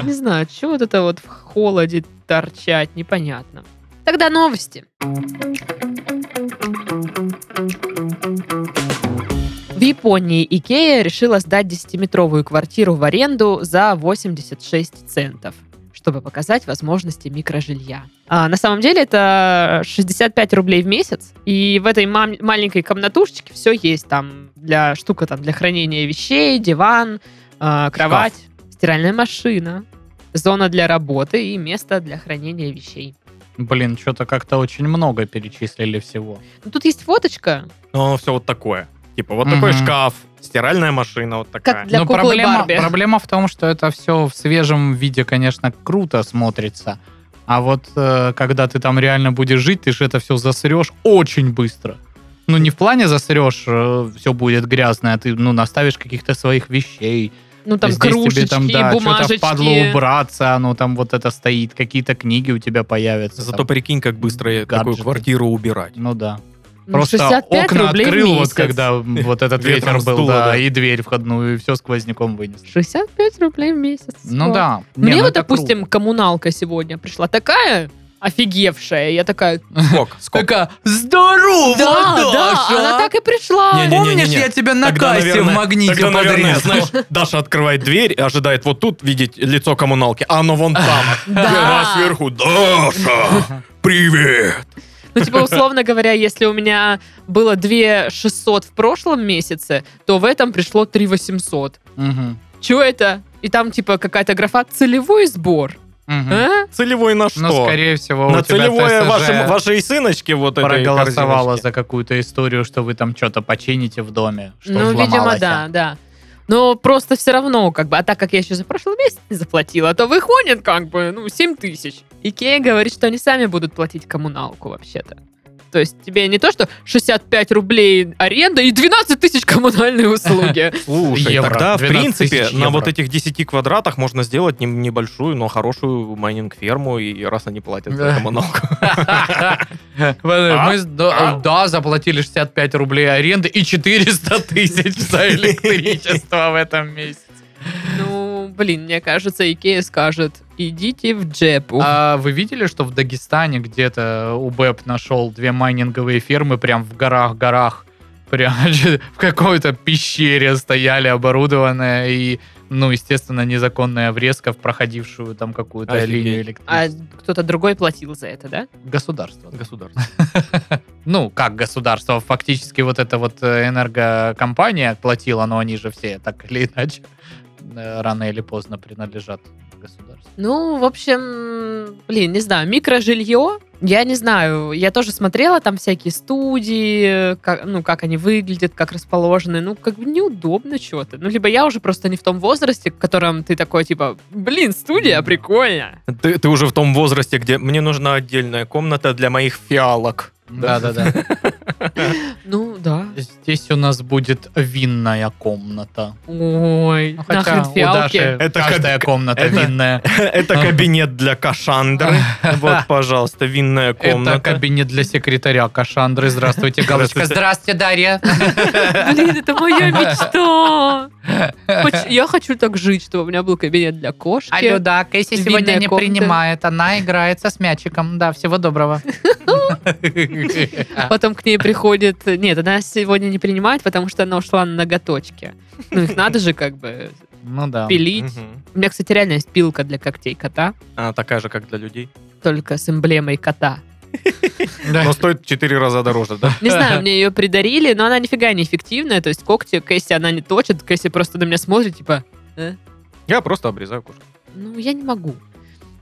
Не знаю, чего вот это вот в холоде торчать, непонятно. Тогда новости. В Японии Икея решила сдать 10-метровую квартиру в аренду за 86 центов, чтобы показать возможности микрожилья. А на самом деле это 65 рублей в месяц, и в этой мам- маленькой комнатушечке все есть там для штука там для хранения вещей, диван, а, кровать, стиральная машина, зона для работы и место для хранения вещей.
Блин, что-то как-то очень много перечислили всего.
Ну, тут есть фоточка,
Ну, все вот такое. Типа, вот такой
Мгм.
шкаф, стиральная машина вот такая.
как для
Но
куклы
проблема,
Барби.
проблема в том, что это все в свежем виде, конечно, круто смотрится. А вот э, когда ты там реально будешь жить, ты же это все засрешь очень быстро. Ну, не в плане засрешь, все будет грязное, ты, ну, наставишь каких-то своих вещей.
Ну, там
Здесь
кружечки,
тебе там, да,
бумажечки.
что-то впадло убраться, оно там вот это стоит, какие-то книги у тебя появятся.
Зато
там.
прикинь, как быстро я такую
Гаджеты.
квартиру убирать.
Ну да.
Ну,
Просто
65
окна
рублей в
открыл, вот
месяц.
когда вот этот
Ветром
ветер был,
сдуло,
да,
да.
и дверь входную, и все сквозняком вынес.
65 рублей в месяц.
Ну
Класс.
да. Не,
Мне
ну
вот,
это
допустим, коммуналка сегодня пришла такая офигевшая. Я такая,
Скок, скок.
Такая, здорово,
да, да,
а?»
а она так и пришла.
Не-не-не.
тебя на
Тогда, наверное, тогда, наверное,
подрезал?»
знаешь, Даша открывает дверь и ожидает вот тут видеть лицо коммуналки, а оно вон там. Она
Да.
сверху. Даша, привет.
Ну, типа, условно говоря, если у меня было 2 600 в прошлом месяце, то в этом пришло 3 800.
Мгм,
Чего это? И там, типа, какая-то графа «целевой сбор».
мгм.
А?
Целевой на
Ну,
что?
скорее всего, у
На
тебя
целевое
ТСЖ
вашим- вашей сыночки вот этой
проголосовала
корзиночки.
за какую-то историю, что вы там что-то почините в доме, что
Ну, видимо,
взломалось.
да, да. Но просто все равно, как бы, а так как я еще за прошлый месяц не заплатила, то выходит, как бы, ну, 7 тысяч. Икея говорит, что они сами будут платить коммуналку, вообще-то. То есть тебе не то, что 65 рублей аренда и 12 тысяч коммунальные услуги.
Слушай,
Евро.
тогда, в
12
принципе,
тысяч
на
евро.
вот этих 10 квадратах можно сделать не- небольшую, но хорошую майнинг-ферму, и раз они платят за
Да.
коммуналку. А?
Мы с- да, да, заплатили 65 рублей аренды и 400 тысяч за электричество в этом месяце.
Ну, блин, мне кажется, Икея скажет, идите в джепу.
А вы видели, что в Дагестане где-то э, УБЭП нашел две майнинговые фермы прям в горах-горах? Прям в какой-то пещере стояли оборудованные и, ну, естественно, незаконная врезка в проходившую там какую-то
Офигеть.
линию
А
электричества.
кто-то другой платил за это, да?
Государство. да.
Государство.
Ну, как государство, фактически вот эта вот э, энергокомпания платила, но они же все так или иначе э, рано или поздно принадлежат государству.
Ну, в общем, блин, не знаю, микрожилье Я не знаю, я тоже смотрела там всякие студии, как, ну, как они выглядят, как расположены. Ну, как бы неудобно что-то. Ну, либо я уже просто не в том возрасте, в котором ты такой, типа, блин, студия, прикольно.
Ты, ты уже в том возрасте, где мне нужна отдельная комната для моих фиалок.
Да-да-да.
Ну, да.
Здесь у нас будет винная комната.
Ой,
Ну, хотя
нахрен
у
фиалки.
Даши
Это
каждая комната
это-
винная.
Это кабинет для Кашандры. Вот, пожалуйста, винная
Это
комната.
кабинет для секретаря Кашандры. Здравствуйте, Галочка. Здравствуйте, Дарья.
Блин, это моя мечта. Хоч- Я хочу так жить, чтобы у меня был кабинет для кошки.
Алло, да, Кэсси
Винная
сегодня не
комната.
принимает. Она играется с мячиком. Да, всего доброго. А.
Потом к ней приходит... Нет, она сегодня не принимает, потому что она ушла на ноготочки. Ну, их надо же как бы
Ну да.
пилить.
Мгм.
У меня, кстати, реально есть пилка для когтей кота,
Она такая же, как для людей.
только с эмблемой кота.
Да.
Но
Ну,
стоит 4 раза дороже, да?
Не знаю, мне ее придарили, но она нифига не эффективная. То есть когти Кэсси она не точит, Кэсси просто на меня смотрит, типа,
Я просто обрезаю кошку.
ну, я не могу.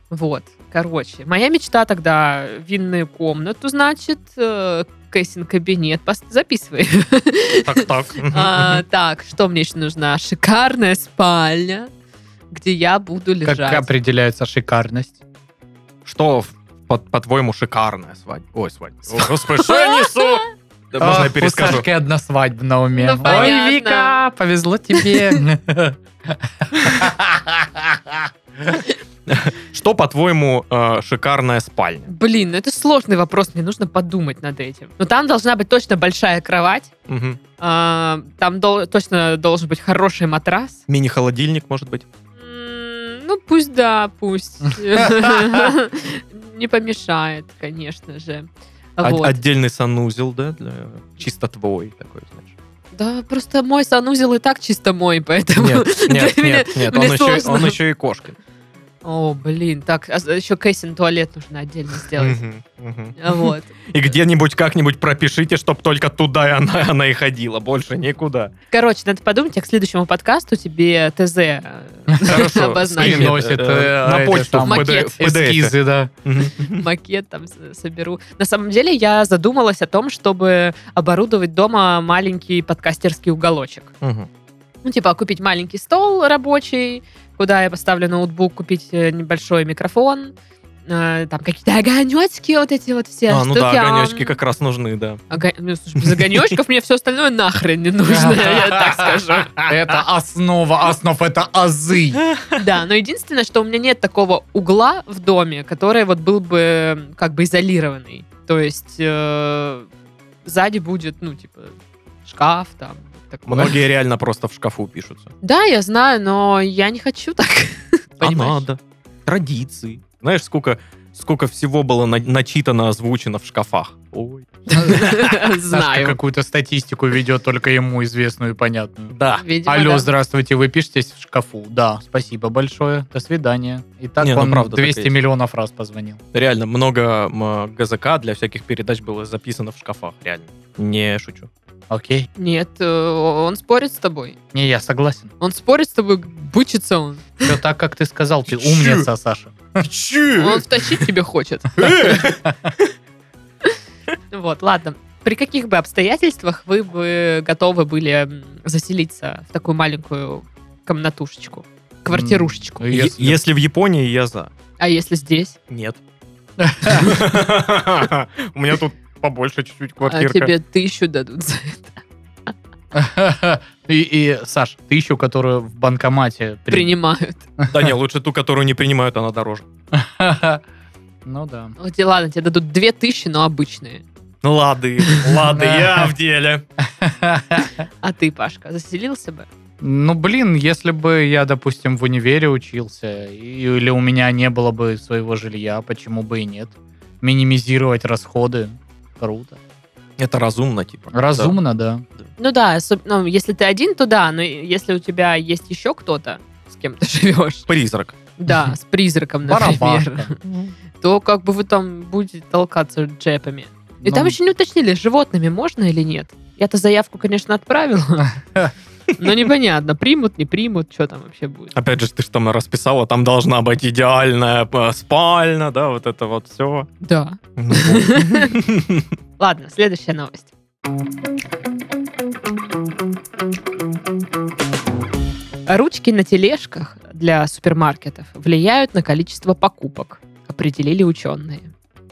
Вот, короче. Моя мечта тогда винную комнату, значит, э, Кэссин кабинет. Пос- Записывай.
Так, так.
А, Так, что мне еще нужна? Шикарная спальня, где я буду
Как
лежать.
определяется шикарность?
Что, в- по- по-твоему, шикарная свадьба? Ой, свадьба. О, Господи, что я несу? Да, Можно я
Ах, У
перескажу?
Сашки одна свадьба на уме.
Ну, понятно.
Ой, Вика, повезло тебе.
Что, по-твоему, э, шикарная спальня?
Блин, ну это сложный вопрос, мне нужно подумать над этим. Но там должна быть точно большая кровать,
Мгм.
а, там дол- точно должен быть хороший матрас.
Мини-холодильник, может быть?
М, Ну пусть да, пусть. Не помешает, конечно же.
От-
Вот.
Отдельный санузел, да? Для... Чисто твой такой, знаешь.
Да, просто мой санузел и так чисто мой, поэтому...
нет,
для меня-
нет, нет.
мне
Он еще, и-
сложно.
он еще и кошкин.
О, блин, так, а еще Кэссин туалет нужно отдельно сделать.
Мгм, мгм.
Вот.
И где-нибудь как-нибудь пропишите, чтоб только туда и она, она и ходила, больше никуда.
Короче, надо подумать, а к следующему подкасту тебе ТЗ э,
скинь
обозначу.
мне,
Приносит,
э,
э,
на
это
почту
там
в PD- в PDF.
Эскизы, да.
Мгм.
макет там с- соберу. На самом деле я задумалась о том, чтобы оборудовать дома маленький подкастерский уголочек.
Мгм.
Ну, типа, купить маленький стол рабочий, куда я поставлю ноутбук, купить э, небольшой микрофон, э, там какие-то огонечки вот эти вот все
А, ну да,
штуки, а,
огонечки как раз нужны, да.
Ого- ну, слушай, без огонечков мне все остальное нахрен не нужно, я так скажу.
Это основа основ, это азы.
Да, но единственное, что у меня нет такого угла в доме, который вот был бы м, как бы изолированный. То есть э, сзади будет, ну, типа, шкаф там. такое.
Многие реально просто в шкафу пишутся.
Да, я знаю, но я не хочу так.
А
Понимаешь?
надо. Традиции. Знаешь, сколько, сколько всего было на- начитано, озвучено в шкафах? Ой.
Сашка
Знаю.
какую-то статистику ведет, только ему известную и понятную.
Да.
Видимо,
Алло,
да.
здравствуйте, вы пишетесь в шкафу. Да, спасибо большое, до свидания. И так
Не, ну
он
правда, так
200
есть.
миллионов раз позвонил.
Реально, много м, ГЗК для всяких передач было записано в шкафах, реально. Не шучу.
Окей.
Нет, э, он спорит с тобой.
Не, я согласен.
Он спорит с тобой, бычится он.
Все так, как ты сказал, ты
Чё?
умница, Саша.
Он втащить тебе хочет. Вот, ладно. При каких бы обстоятельствах вы бы готовы были м, заселиться в такую маленькую комнатушечку, квартирушечку?
М,
Е- Если...
если-
в Японии, я за.
А если здесь?
Нет. У меня тут побольше чуть-чуть
А
квартирка.
тебе тысячу дадут за это.
И, и, Саш, ты еще, которую в банкомате при-
Принимают.
Да не, лучше ту, которую не принимают, она дороже.
Ну да.
Вот, и ладно, тебе дадут две тысячи, но обычные.
Ну лады, лады, я в деле.
А ты, Пашка, заселился бы?
Ну, блин, если бы я, допустим, в универе учился, и- или у меня не было бы своего жилья, почему бы и нет? Минимизировать расходы. Круто.
Это разумно, типа.
Разумно, да.
Ну да, особ- ну, если ты один, то да, но если у тебя есть еще кто-то, с кем ты живешь,
Да. Призрак.
да, с призраком, например,
Барабанка.
то как бы вы там будете толкаться джепами. И
Ну,
там еще не уточнили, с животными можно или нет. Я-то заявку, конечно, отправила. Но непонятно, примут, не примут, что там вообще будет.
А
Опять же, ты же там расписала, там должна быть идеальная э, спальня, да, вот это вот все.
Да. Ладно, следующая новость. Ручки на тележках для супермаркетов влияют на количество покупок, определили ученые.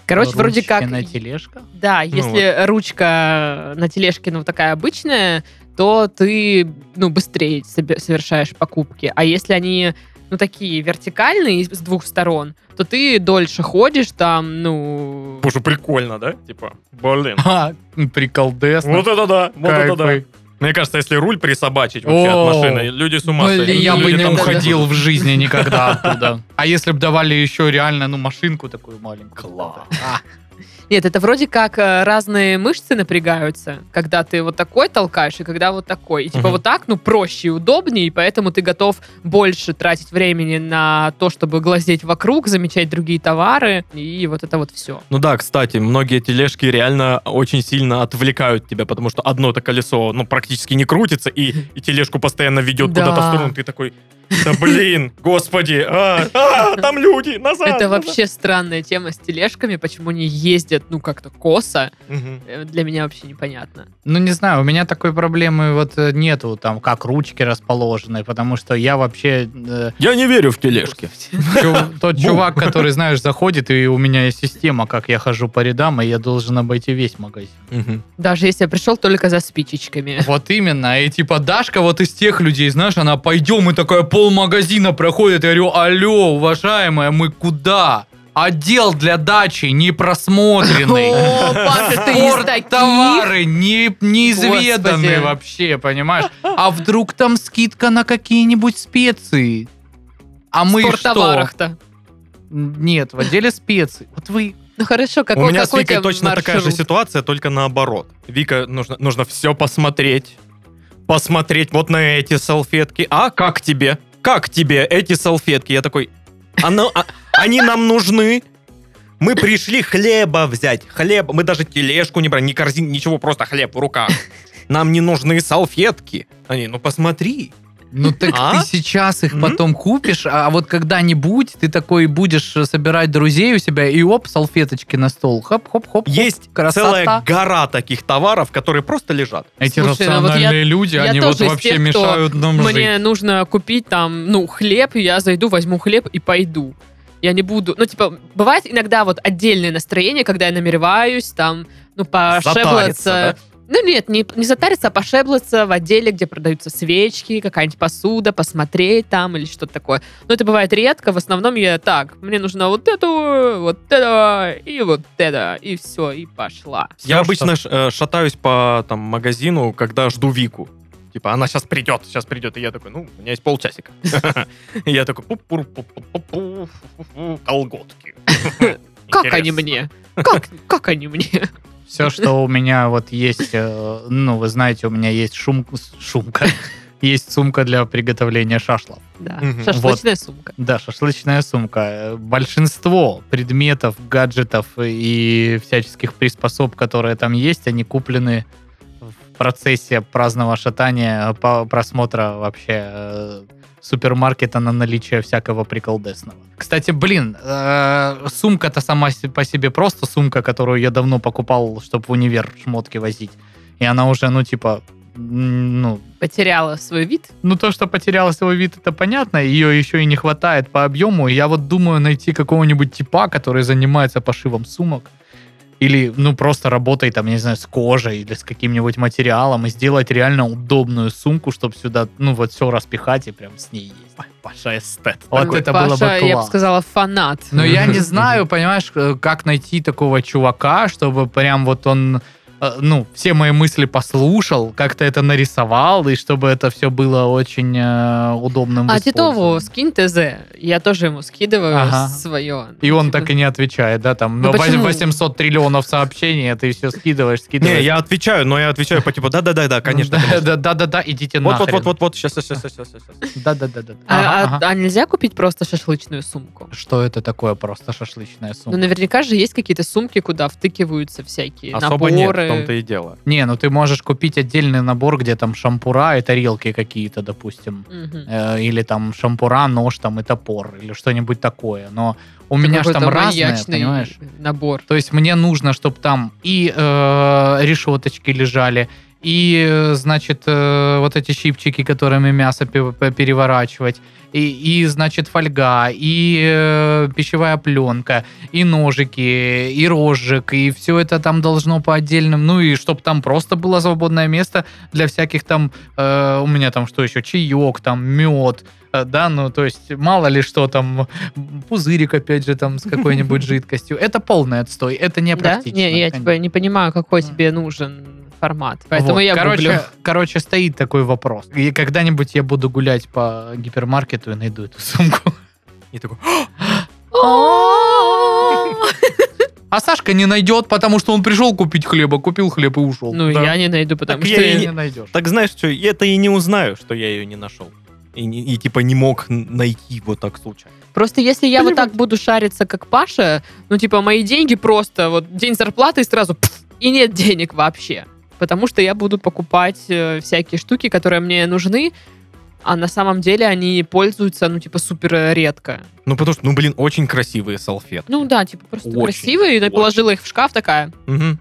Короче, вроде
Ручки
как...
на тележках?
Да, если ручка на тележке, ну, такая обычная, то ты, ну, быстрее собе- совершаешь покупки. А если они, ну, такие вертикальные с двух сторон, то ты дольше ходишь там, ну...
Боже, прикольно, да? Типа, блин.
А, приколдесно.
Вот это Ну да, вот это да.
Кайфы.
Мне кажется, если руль присобачить вообще
О,
от машины, люди с ума сойдут.
Блин, я
Люди
бы не
там
уходил
ходят.
в жизни никогда оттуда. А если бы давали еще реально, ну, машинку такую маленькую.
Класс.
А,
Нет, это вроде как э, разные мышцы напрягаются, когда ты вот такой толкаешь, и когда вот такой. И типа
Мгм.
вот так, ну, проще и удобнее, и поэтому ты готов больше тратить времени на то, чтобы глазеть вокруг, замечать другие товары, и вот это вот все.
Ну да, кстати, многие тележки реально очень сильно отвлекают тебя, потому что одно-то колесо, ну, практически не крутится, и, и тележку постоянно ведет
Да.
куда-то в сторону. Ты такой, да блин, господи, а, а, там люди, назад.
Это
назад».
вообще странная тема с тележками, почему они ездят, ну, как-то косо,
Мгм.
э, для меня вообще непонятно.
Ну, не знаю, у меня такой проблемы вот э, нету, там, как ручки расположены, потому что я вообще... э,
Я не верю в тележки.
чу- Тот
Бум.
чувак, который, знаешь, заходит, и у меня есть система, как я хожу по рядам, и я должен обойти весь магазин.
Мгм.
Даже если я пришел только за спичечками.
Вот именно. И типа Дашка вот из тех людей, знаешь, она пойдем, и такая пол магазина проходит. Я говорю, алло, уважаемая, мы куда? Отдел для дачи не просмотренный.
О, Паша, ты из
Спорт
таких?
товары не, неизведанные
Господи.
вообще, понимаешь? А вдруг там скидка на какие-нибудь специи? А мы
В
что?
спорттоварах-то.
Нет, в отделе специй. Вот вы
Ну хорошо, какой
У меня с
какой
Викой
там
точно такая же
маршрут?
ситуация, только наоборот. Вика, нужно, нужно все посмотреть. Посмотреть вот на эти салфетки. А как тебе? Как тебе эти салфетки? Я такой, «Оно- а- они нам нужны. Мы пришли хлеба взять. Хлеб. Мы даже тележку не брали, ни корзин, ничего, просто хлеб в руках. Нам не нужны салфетки. Они, ну посмотри.
Ну так
А?
ты сейчас их
М?
потом купишь, а вот когда-нибудь ты такой будешь собирать друзей у себя, и оп, салфеточки на стол. Хоп-хоп-хоп.
Есть
красота.
целая гора таких товаров, которые просто лежат.
Эти
Слушай, ну вот
рациональные люди,
я
они вот
тоже из
вообще
тех, кто
мешают нам жить.
Мне нужно купить там, ну, хлеб, и я зайду, возьму хлеб и пойду. Я не буду... Ну, типа, бывает иногда вот отдельное настроение, когда я намереваюсь там, ну,
Затариться,
пошеблаться. Ну, нет, не, не затариться, а пошеблаться в отделе, где продаются свечки, какая-нибудь посуда, посмотреть там или что-то такое. Но это бывает редко. В основном я так, мне нужно вот это, вот это и вот это. И все, и пошла.
Я обычно ш- э, шатаюсь по там магазину, когда жду Вику. Типа, она сейчас придет, сейчас придет. И я такой, ну, у меня есть полчасика. И я такой, пу-пу-пу-пу-пу, фу-фу-фу, колготки.
Как
Интересно.
они мне? Как, как они мне?
Все, что у меня вот есть, э, ну, вы знаете, у меня есть шум- шумка. Есть сумка для приготовления шашлов.
Да,
Мгм.
шашлычная сумка.
Да, шашлычная сумка. Э, Большинство предметов, гаджетов и всяческих приспособ, которые там есть, они куплены в процессе праздного шатания, э, по- просмотра вообще э, супермаркета на наличие всякого приколдесного. Кстати, блин, э, сумка-то сама се- по себе просто сумка, которую я давно покупал, чтобы в универ шмотки возить. И она уже, ну, типа, м, ну,
потеряла свой вид.
ну, то, что потерял свой вид, это понятно. Ее еще и не хватает по объему. Я вот думаю найти какого-нибудь типа, который занимается пошивом сумок. Или, ну, просто работой, там, я не знаю, с кожей или с каким-нибудь материалом. И сделать реально удобную сумку, чтобы сюда, ну, вот все распихать и прям с ней есть.
Паша эстет.
Вот
Такой
это
Паша,
было бы класс.
я бы сказала, фанат.
Но я не знаю, понимаешь, э, как найти такого чувака, чтобы прям вот он, э, ну, все мои мысли послушал, как-то это нарисовал, и чтобы это все было очень э, удобным в
А
использовании.
Титову скинь ТЗ. Я тоже ему скидываю
Ага.
свое. Типа.
И он так и не отвечает, да, там,
Ну
ну,
почему?
800 триллионов сообщений, а ты все скидываешь, скидываешь. Ну
Не, я отвечаю, но я отвечаю по типу, да-да-да, конечно. конечно».
Да-да-да, идите
Вот, вот,
нахрен.
вот, вот, вот, сейчас, сейчас, сейчас, сейчас.
Да-да-да.
А,
Ага,
а-
ага.
а нельзя купить просто шашлычную сумку?
Что это такое просто шашлычная
Ну,
сумка?
наверняка же есть какие-то сумки, куда втыкиваются всякие
Особо
наборы.
том-то и дело.
Не, ну ты можешь купить отдельный набор, где там шампура и тарелки какие-то, допустим.
Мгм.
Э, Или там шампура, нож там и топор, или что-нибудь такое. Но у меня же
Какой-то
там разное,
маньячный
понимаешь?
набор.
То есть мне нужно, чтобы там и э, решеточки лежали, и, э, значит, э, вот эти щипчики, которыми мясо пе- пе- переворачивать, и, и, значит, фольга, и э, пищевая пленка, и ножики, и розжик, и все это там должно по отдельным, ну и чтобы там просто было свободное место для всяких там, э, у меня там что еще, чаек, там мед, э, да, ну то есть мало ли что там, пузырик опять же там с какой-нибудь жидкостью. Это полный отстой, это не
Да?
практично.
Не, я типа не понимаю, какой тебе нужен формат. Поэтому я
короче,
гуглю.
короче, стоит такой вопрос. И когда-нибудь я буду гулять по гипермаркету и найду эту сумку.
И такой,
А Сашка не найдет, потому что он пришел купить хлеба, купил хлеб и ушел.
Ну,
Да.
я не найду, потому
Так
что
я
Ты
и
я-
не-
не найдешь.
так знаешь что, я это и не узнаю, что я ее не нашел. И, не- и типа не мог н- найти вот так случайно.
Просто если я вот так буду шариться, как Паша, ну, типа, мои деньги просто, вот, день зарплаты и сразу пф, и нет денег вообще. Потому что я буду покупать э, всякие штуки, которые мне нужны, а на самом деле они пользуются, ну, типа, супер редко.
Ну потому что, ну блин, очень красивые салфетки.
Ну да, типа, просто
Очень,
красивые, и ты
очень.
положила их в шкаф такая.
Мгм.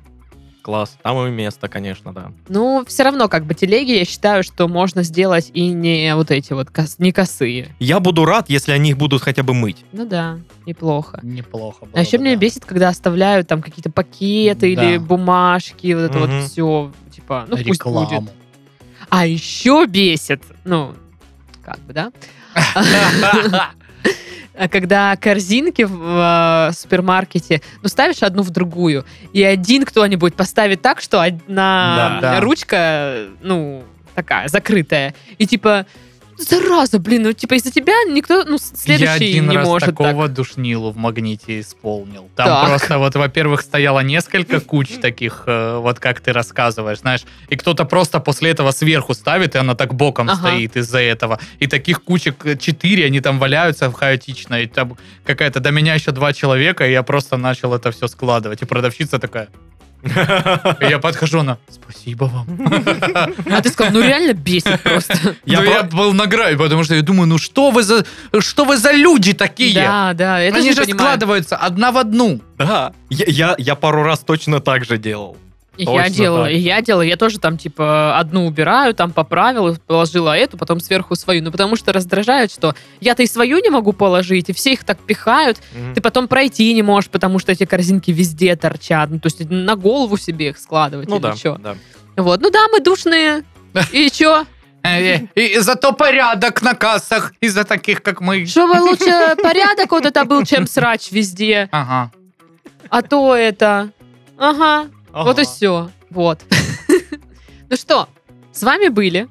Класс. Там и место, конечно, да.
Ну, все равно, как бы, телеги, я считаю, что можно сделать и не вот эти вот, кос- не косые.
Я буду рад, если они их будут хотя бы мыть.
Ну да, неплохо.
Неплохо было
А еще
бы,
меня
да.
бесит, когда оставляют там какие-то пакеты
Да.
или бумажки, вот это
Мгм.
вот все, типа, ну
Рекламу.
пусть будет. А еще бесит, ну, как бы, да? А Когда корзинки в э, супермаркете, ну, ставишь одну в другую, и один кто-нибудь поставит так, что одна
Да. Да.
ручка, ну, такая, закрытая, и типа... Зараза, блин, ну типа из-за тебя никто, ну, с- следующий
я один
не
раз
может
такого душнилу в магните исполнил. Там
Так.
просто вот, во-первых, стояло несколько куч таких, э, вот как ты рассказываешь, знаешь, и кто-то просто после этого сверху ставит, и она так боком
Ага.
стоит из-за этого. И таких кучек э, четыре, они там валяются в хаотично, и там какая-то, до меня еще два человека, и я просто начал это все складывать. И продавщица такая, и я подхожу, она, спасибо вам.
так. А ты сказал, ну реально бесит просто.
Я
Я,
про-
Ну, я был на грани, потому что я думаю, ну что вы за, что вы за люди такие?
Да, да, это
Они же складываются одна в одну.
Да. Я, я, я пару раз точно так же делал.
И я
Точно
делала,
так.
и я делала. Я тоже там, типа, одну убираю, там поправила, положила эту, потом сверху свою. Ну, потому что раздражает, что я-то и свою не могу положить, и все их так пихают. Ты потом пройти не можешь, потому что эти корзинки везде торчат. Ну, то есть на голову себе их складывать
Ну
или
да,
чё.
да.
Вот, ну да, мы душные. И чё?
Э, э, И, зато порядок на кассах из-за таких, как мы.
Чтобы лучше порядок вот это был, чем срач везде.
Ага.
А то это... Ага, Вот и
Ага.
все. Вот. Ну что, с вами были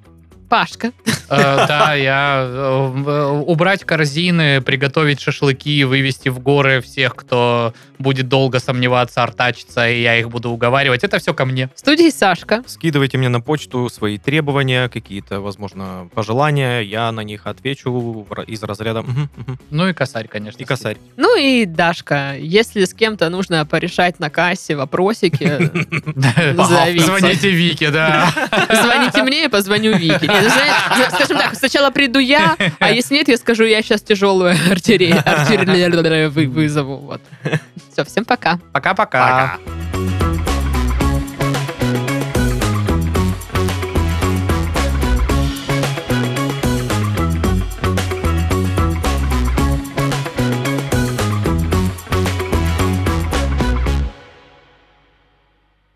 Пашка.
Э, Да, я э, э, убрать корзины, приготовить шашлыки, вывести в горы всех, кто будет долго сомневаться, артачиться, и я их буду уговаривать. Это все ко мне.
В студии Сашка.
Скидывайте мне на почту свои требования, какие-то, возможно, пожелания. Я на них отвечу в ра- из разряда «Мгм, мгм».
Ну и косарь, конечно.
и косарь.
Ну и Дашка. Если с кем-то нужно порешать на кассе вопросики, Зовите.
Звоните Вике, да.
звоните мне, я позвоню Вике. Нет, ну, знаешь, скажем так, сначала приду я, а если нет, я скажу, я сейчас тяжелую артерию артерию вызову. Вот. Все, всем пока.
Пока-пока.